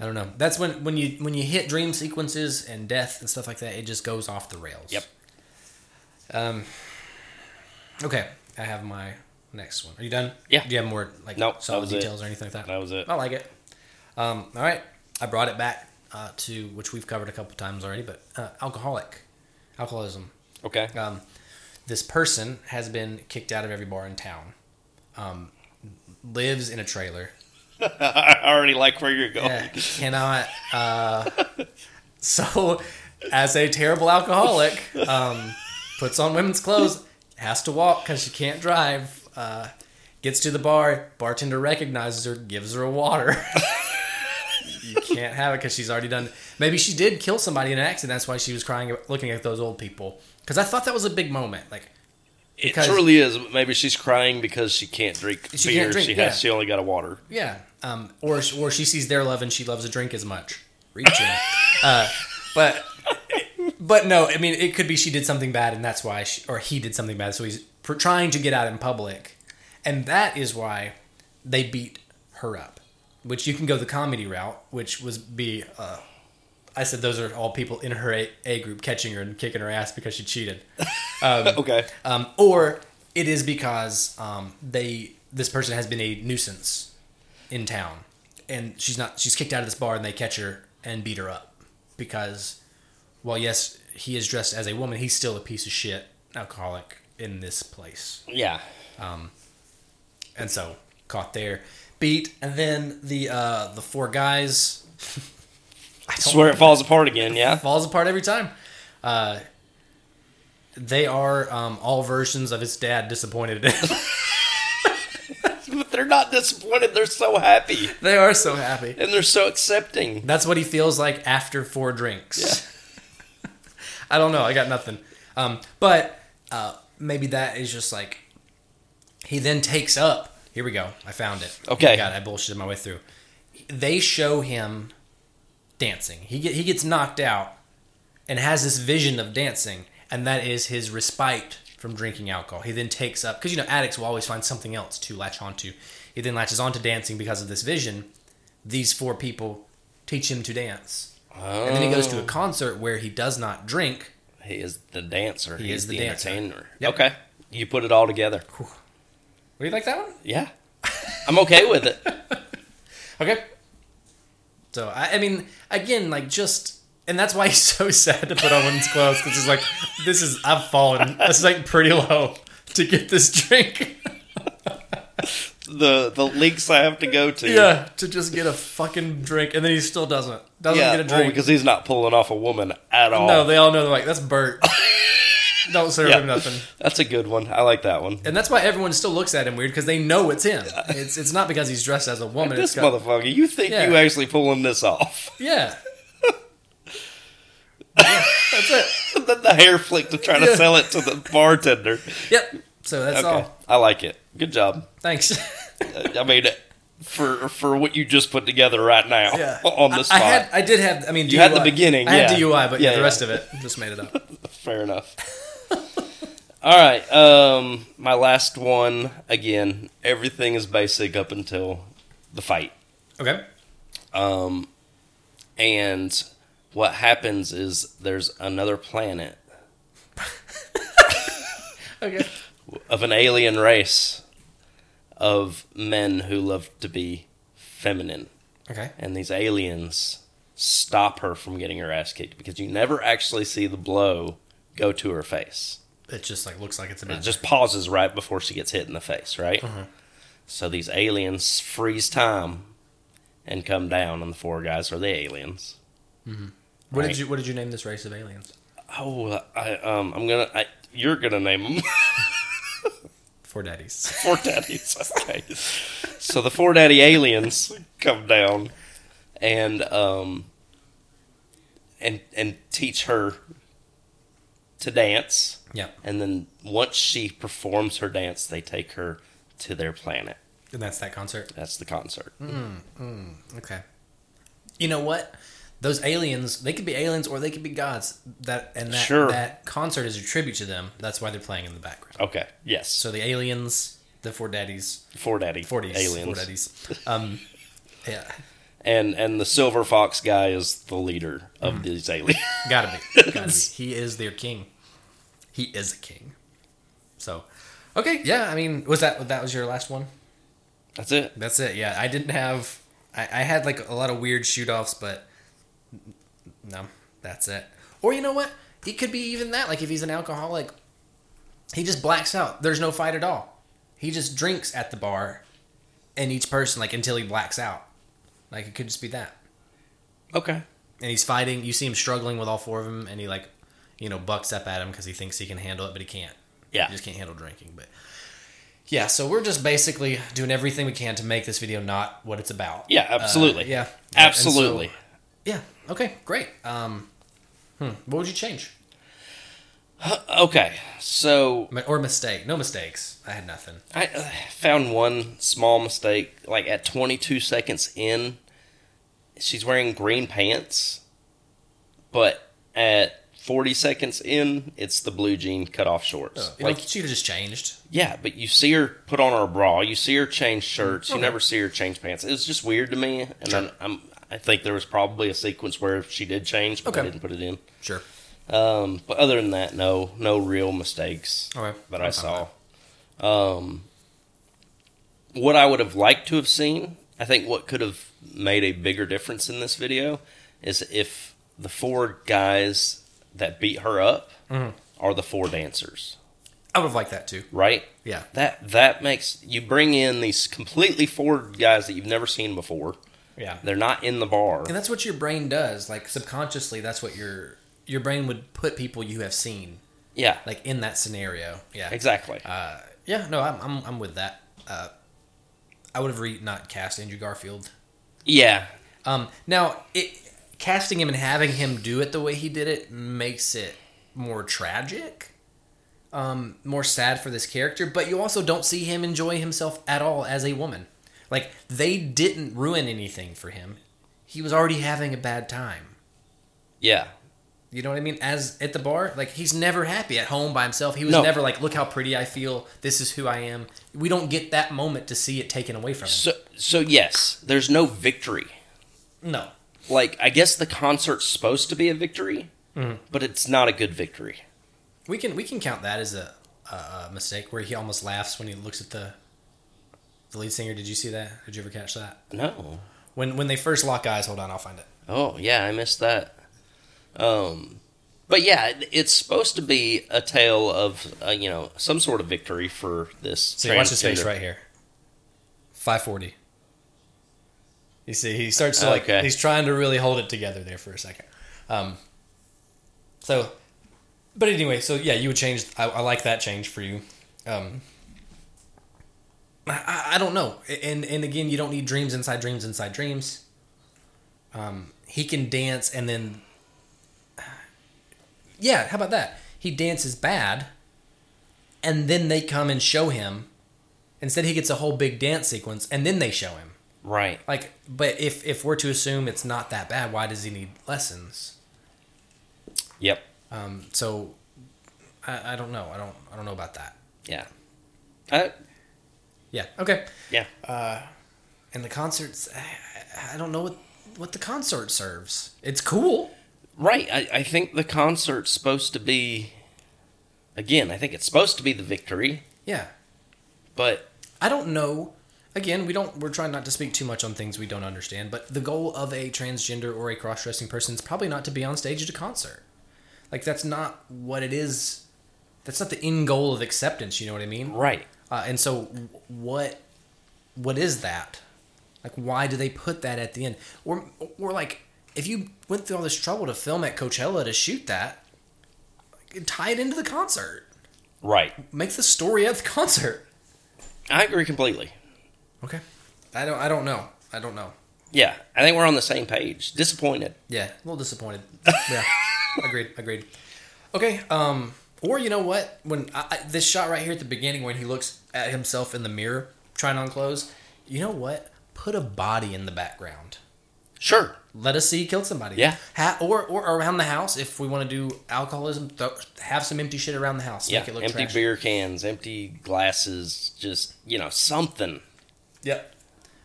I don't know. That's when when you when you hit dream sequences and death and stuff like that, it just goes off the rails. Yep. Um. Okay, I have my next one. Are you done? Yeah. Do you have more like Nope, that solid was it. details or anything like that? That was it. I like it. Um. All right. I brought it back uh, to which we've covered a couple times already, but uh, alcoholic, alcoholism Okay. um, this person has been kicked out of every bar in town, um, lives in a trailer, I already like where you're going. yeah, cannot. Uh, so, as a terrible alcoholic, um, puts on women's clothes, has to walk because she can't drive. Uh, gets to the bar, bartender recognizes her, gives her a water. you can't have it because she's already done. Maybe she did kill somebody in an accident. That's why she was crying, looking at those old people. Because I thought that was a big moment. Like It because- truly is. Maybe she's crying because she can't drink She beer. can't drink, she yeah. has. She only got a water. Yeah. Um, or or she sees their love and she loves a drink as much. Reaching. uh, but but no, I mean it could be she did something bad and that's why she, or he did something bad so he's pr- trying to get out in public. And that is why they beat her up. Which you can go the comedy route, which was be uh, I said those are all people in her A, A group catching her and kicking her ass because she cheated. Okay. Um, or it is because um, they this person has been a nuisance in town, and she's not she's kicked out of this bar, and they catch her and beat her up because, well, yes, he is dressed as a woman, he's still a piece of shit alcoholic in this place Yeah. and so caught there, beat, and then the uh, the four guys. I don't Swear it falls apart again. Yeah. falls apart every time. Uh, they are um, all versions of his dad disappointed. But they're not disappointed. They're so happy they are so happy. and they're so accepting. That's what he feels like after four drinks. I don't know. I got nothing. Um, but uh, maybe that is just like he then takes up. Here we go. I found it. Okay. God, I bullshitted my way through. They show him dancing. He get, he gets knocked out and has this vision of dancing, and that is his respite from drinking alcohol. He then takes up because you know addicts will always find something else to latch onto. He then latches onto dancing because of this vision. These four people teach him to dance, and then he goes to a Oh. concert where he does not drink. He is the dancer. He, is is, the the, dancer. entertainer. Yep. Okay. You put it all together. Would you like that one? Yeah. I'm okay with it. Okay. So I, I mean, again, like just, and that's why he's so sad to put on women's clothes because he's like, this is I've fallen. This is like pretty low to get this drink. The the links I have to go to. yeah, to just get a fucking drink, and then he still doesn't doesn't Yeah, get a well, drink. because he's not pulling off a woman at all. no, they all know they're like, that's Bert. Don't serve Yeah. him nothing. That's a good one. I like that one. And that's why everyone still looks at him weird because they know it's him. It's it's not because he's dressed as a woman. This it's got- motherfucker, you think Yeah. you actually pulling this off? yeah. yeah. That's it. then the hair flick to try to Yeah. sell it to the bartender. Yep. So that's Okay, all. I like it. Good job. Thanks. Uh, I mean, for for what you just put together right now yeah. on the I, I spot, had, I did have. I mean, You had the DUI. beginning, I had yeah. DUI, but Yeah, yeah, the yeah. rest of it just made it up. fair enough. All right, um, my last one again. Everything is basic up until the fight. Okay. and what happens is there's another planet Okay. of an alien race of men who love to be feminine Okay. and these aliens stop her from getting her ass kicked because you never actually see the blow go to her face It just like looks like it's it about. just pauses right before she gets hit in the face right so these aliens freeze time and come down and the four guys are the aliens what did right. you What did you name this race of aliens? Oh, I um, I'm gonna. I, you're gonna name them Four daddies. four daddies. Okay. So the four daddy aliens come down, and um, and and teach her to dance, Yep. and then once she performs her dance, they take her to their planet. And that's that concert. That's the concert. Okay. You know what? Those aliens, they could be aliens or they could be gods. That and that Sure. that concert is a tribute to them. That's why they're playing in the background. Okay. Yes. So the aliens, the four daddies, Four Daddy. forties, Aliens. four daddies. Um, yeah, And and the Silver Fox guy is the leader Hmm. of these aliens. gotta be, gotta be. He is their king. He is a king. So, okay, yeah. I mean, was that that was your last one? That's it. That's it. Yeah, I didn't have. I, I had like a lot of weird shoot offs, but n- no, that's it. Or you know what? It could be even that. Like if he's an alcoholic, he just blacks out. There's no fight at all. He just drinks at the bar, and each person like until he blacks out. Like it could just be that. Okay. And he's fighting. You see him struggling with all four of them, and he like, you know, bucks up at him because he thinks he can handle it, but he can't. Yeah. You just can't handle drinking. But yeah, so we're just basically doing everything we can to make this video not what it's about. Yeah, Uh, absolutely. yeah. Absolutely. And so- yeah. Okay. Great. Um, hmm, what would you change okay. So Mi- or mistake? No mistakes. I had nothing. I uh, found one small mistake. Like at 22 seconds in, she's wearing green pants, but at 40 seconds in, it's the blue jean cutoff shorts. Oh, You Uh, like, know, she could have just changed. yeah, but you see her put on her bra, you see her change shirts, you Okay. never see her change pants. It was just weird to me, and Sure. then I'm. I think there was probably a sequence where she did change, but I Okay. didn't put it in. Sure. Um, but other than that, no, no real mistakes Okay. that I'm I fine saw. with Um, what I would have liked to have seen, I think what could have made a bigger difference in this video is if the four guys that beat her up Mm-hmm. are the four dancers, that. I would have liked that too. right? Yeah. That that makes you bring in these completely four guys that you've never seen before. Yeah. They're not in the bar. And that's what your brain does. Like subconsciously, that's what your your brain would put people you have seen Yeah, like in that scenario. Yeah. exactly. Uh, yeah, no, I'm, I'm, I'm with that. Uh, I would have re- not cast Andrew Garfield. yeah, Um, now, it, casting him and having him do it the way he did it makes it more tragic, um, more sad for this character, but you also don't see him enjoy himself at all as a woman. Like, they didn't ruin anything for him. He was already having a bad time. yeah. You know what I mean? As at the bar, like he's never happy at home by himself. He was No. never like, look how pretty I feel. This is who I am. We don't get that moment to see it taken away from him. So so yes, there's no victory. No. like I guess the concert's supposed to be a victory, Mm. but it's not a good victory. We can we can count that as a, a, a mistake where he almost laughs when he looks at the the lead singer. Did you see that? Did you ever catch that? No. When when they first lock eyes, hold on, I'll find it. Oh yeah, I missed that. Um, but yeah, it- it's supposed to be a tale of uh, you know some sort of victory for this. So you watch his face transgender. right here. Five forty. You see, he starts to like Okay. he's trying to really hold it together there for a second. Um, so, but anyway, so yeah, you would change. I, I like that change for you. Um, I- I, I don't know, and and again, you don't need dreams inside dreams inside dreams. Um, he can dance, and then yeah, how about that? He dances bad, and then they come and show him. Instead, he gets a whole big dance sequence, and then they show him. Right. Like, but if if we're to assume it's not that bad, why does he need lessons? Yep. Um, so I, I don't know. I don't I don't know about that. Yeah. I, Yeah. Okay. yeah. And the concerts, I, I- I don't know what what the concert serves. It's cool. Right. I, I think the concert's supposed to be. Again, I think it's supposed to be the victory, Yeah. but I don't know. Again, we don't. We're trying not to speak too much on things we don't understand. But the goal of a transgender or a cross-dressing person is probably not to be on stage at a concert. Like that's not what it is. That's not the end goal of acceptance. You know what I mean? right. Uh, and so, w- what what is that? Like, why do they put that at the end? Or, or like, if you went through all this trouble to film at Coachella to shoot that, like, tie it into the concert. Right. Make the story of the concert. I agree completely. Okay. I don't. I don't know. I don't know. Yeah. I think we're on the same page. Disappointed. Yeah, a little disappointed. yeah, agreed. Agreed. Okay. Um. Or you know what? When I, I, this shot right here at the beginning, when he looks at himself in the mirror trying on clothes, you know what? Put a body in the background. Sure. Let us see he killed somebody. Yeah. Ha- or or around the house if we want to do alcoholism. Th- have some empty shit around the house. Yeah. Make it look Empty trashy. beer cans, empty glasses, just you know something Yep.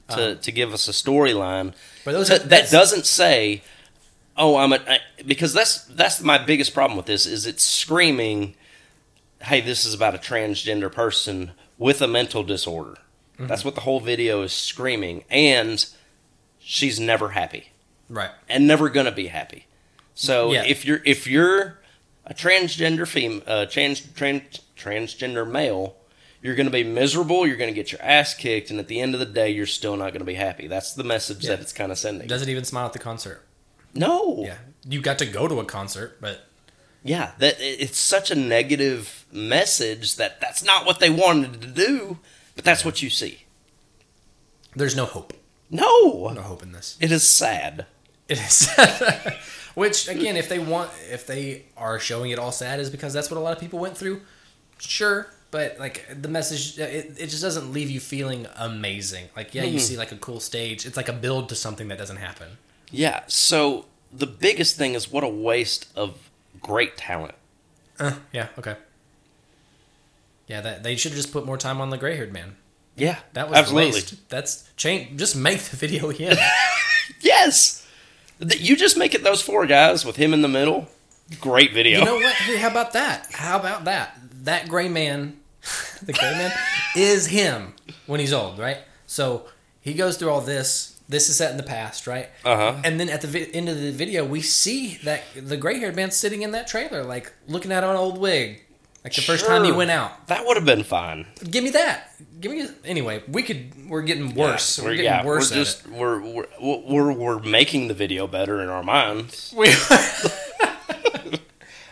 Uh-huh. to, to give us a storyline. But those So are- that that's- doesn't say, "Oh, I'm a," I, because that's that's my biggest problem with this is it's screaming, "Hey, this is about a transgender person with a mental disorder." Mm-hmm. That's what the whole video is screaming, and she's never happy Right. and never gonna be happy. So Yeah. if you're if you're a transgender fem uh, trans, trans transgender male, you're gonna be miserable. You're gonna get your ass kicked, and at the end of the day, you're still not gonna be happy. That's the message Yeah. that it's kind of sending. Doesn't even smile at the concert. no, Yeah. You got to go to a concert, but yeah, that it- it's such a negative message that that's not what they wanted to do, but that's what you see. there's no hope. No, No hope in this. it is sad. It is. Which again, if they want, if they are showing it all sad, is because that's what a lot of people went through. Sure, but like the message, it, it just doesn't leave you feeling amazing. Like yeah, Mm-hmm. you see like a cool stage. It's like a build to something that doesn't happen. Yeah. So the biggest thing is what a waste of great talent. Eh. Yeah. Okay. Yeah, that they should have just put more time on the gray haired man. Yeah, That was absolutely. That's change. Just make the video him. Yes. Th- You just make it those four guys with him in the middle. Great video. You know what? Hey, how about that? How about that? That gray man, the gray man, is him when he's old, right? So he goes through all this. This is set in the past, right? Uh-huh. And then at the vi- end of the video, we see that the gray haired man sitting in that trailer, like looking at an old wig, like the first time he Sure. went out. that would have been fine. Give me that. Give me. Anyway, we could. We're getting worse. Yeah, we're, getting yeah, worse. We're at just it. we're, we're we're we're making the video better in our minds. We-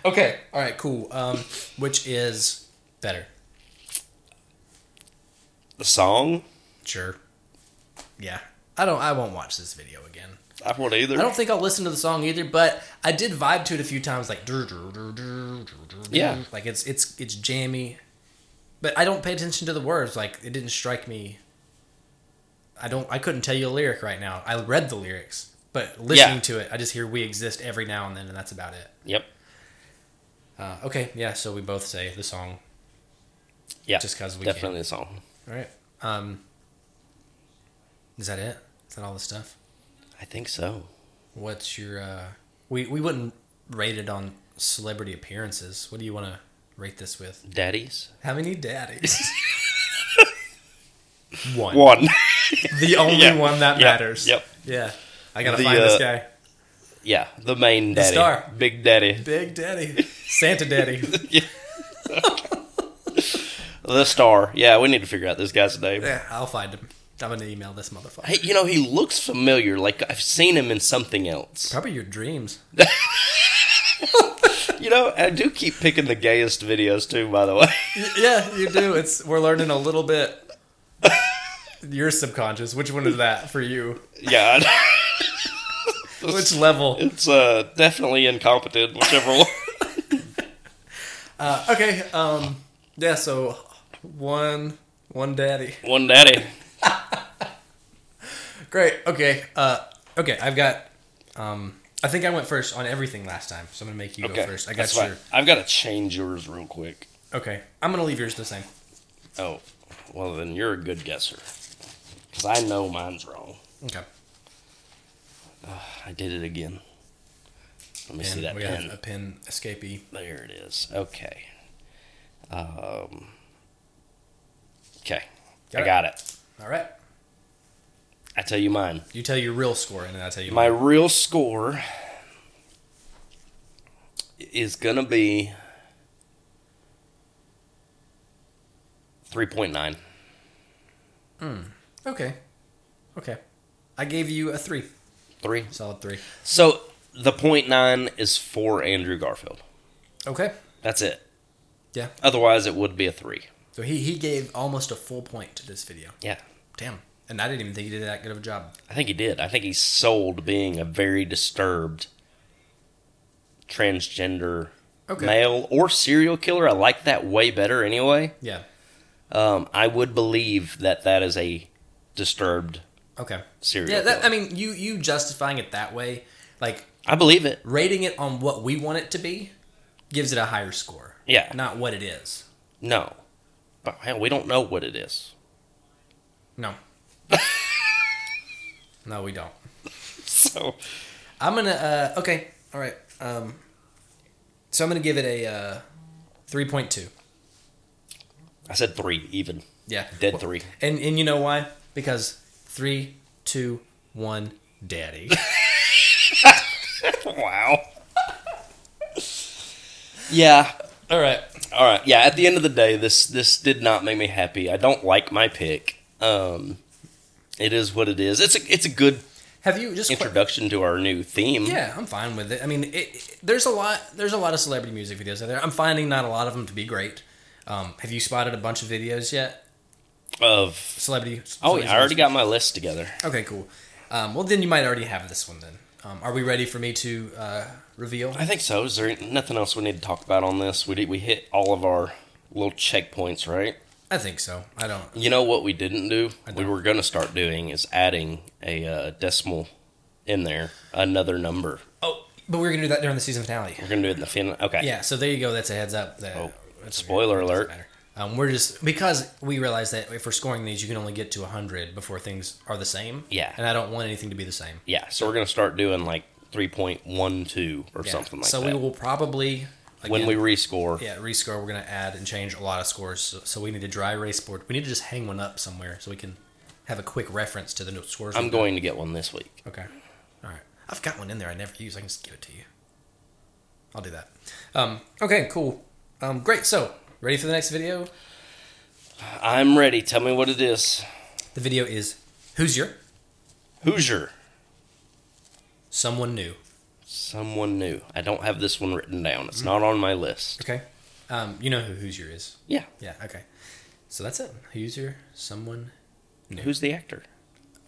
okay. All right. Cool. Um, which is better? The song, Sure. Yeah. I don't I won't watch this video again. I won't either. I don't think I'll listen to the song either, but I did vibe to it a few times like "Dur, dur, dur, dur, dur, dur, Yeah. Like it's it's it's jammy. But I don't pay attention to the words. Like it didn't strike me I don't I couldn't tell you a lyric right now. I read the lyrics, but listening Yeah. to it, I just hear we exist every now and then and that's about it. yep. Uh, okay, yeah, so we both say the song. Yeah. Just 'cause we can. definitely the song. All right. Um Is that it? Is that all the stuff? I think so. What's your uh we we wouldn't rate it on celebrity appearances. What do you want to rate this with? Daddies How many daddies? one. one. The only Yeah. one that Yeah. matters. Yep. Yeah. I got to The, find this uh, guy. yeah, the main daddy, star. Big Daddy, Big Daddy. Santa Daddy. the star. Yeah, we need to figure out this guy's name. yeah, I'll find him. I'm going to email this motherfucker. Hey, you know he looks familiar. Like I've seen him in something else. Probably your dreams. You know, I do keep picking the gayest videos too. By the way, yeah, you do. It's we're learning a little bit your subconscious. Which one is that for you? yeah, Which level? it's uh, definitely incompetent. Whichever one. Uh, okay. Um. Yeah. So one one daddy. One daddy. Great. Okay. Uh. Okay. I've got. Um. I think I went first on everything last time, so I'm gonna make you Okay, go first. I got that's your. fine. I've got to change yours real quick. Okay. I'm gonna leave yours the same. Oh, well then you're a good guesser, because I know mine's wrong. Okay. I did it again. Let me see And that we pen. have a pin escapee. There it is. Okay. Um. Okay, Got I it. got it. All right. I tell you mine. You tell your real score, and then I tell you My real score is gonna be three point nine. mine. Okay. Okay. I gave you a three. Three. Solid three. So the point nine is for Andrew Garfield. Okay. That's it. Yeah. Otherwise, it would be a three. So he he gave almost a full point to this video. Yeah, Damn. And I didn't even think he did that good of a job. I think he did. I think he sold being a very disturbed transgender Okay. male, or serial killer. I like that way better anyway. Yeah. Um, I would believe that that is a disturbed Okay. serial Yeah, killer. that, I mean, you you justifying it that way, like I believe it. rating it on what we want it to be, gives it a higher score. Yeah. Not what it is. No. But hell, we don't know what it is. No. no, we don't. So, I'm gonna. Uh, okay. All right. Um, so I'm gonna give it a uh, three point two. I said three, even. Yeah. Dead three. And and you know why? Because three, two, one, daddy. wow. yeah. All right. All right. Yeah. At the end of the day, this this did not make me happy. I don't like my pick. Um, it is what it is. It's a it's a good Have you just? que- introduction to our new theme. yeah, I'm fine with it. I mean, it, it- there's a lot. There's a lot of celebrity music videos out there. I'm finding not a lot of them to be great. Um, have you spotted a bunch of videos yet? Of Celebrity. oh, yeah, celebrity I already music- got my list together. Okay, cool. Um, well, then you might already have this one. Then, um, are we ready for me to uh, reveal? I think so. Is there nothing else we need to talk about on this? We did, we hit all of our little checkpoints, right? I think so. I don't. You know what we didn't do? We were going to start doing is adding a uh, decimal in there, another number. Oh, but we were gonna do that during the season finale. We're going to do it in the fin. Okay. Yeah, so there you go. That's a heads up. That, Oh, that's okay. spoiler It doesn't alert. matter. Um, we're just because we realize that if we're scoring these, you can only get to hundred before things are the same. Yeah. and I don't want anything to be the same. Yeah. So we're going to start doing like 3.12 or Yeah. something like so that. we will probably again, when we rescore. yeah rescore. We're gonna add and change a lot of scores. So, so we need a dry erase board. We need to just hang one up somewhere so we can have a quick reference to the new scores. I'm we've going to get one this week. Okay. All right. I've got one in there I never use. I can just give it to you. I'll do that. Um, okay, cool. Um, great. So, ready for the next video? I'm ready. Tell me what it is. The video is Who's Your Hoosier. Someone New. Someone new. I don't have this one written down. Mm-hmm. It's not on my list. Okay. Um, you know who Who's Your is. Yeah. Yeah, okay. So that's it. Who's Your Someone. Who's the actor?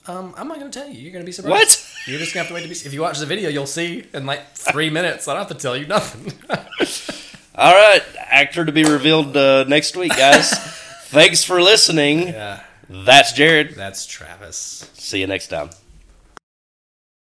Um, I'm not going to tell you. You're going to be surprised. What? You're just going to have to wait to be. If you watch the video, you'll see in like three minutes. I don't have to tell you nothing. All right. Actor to be revealed uh, next week, guys. Thanks for listening. yeah. That's Jared. That's Travis. See you next time.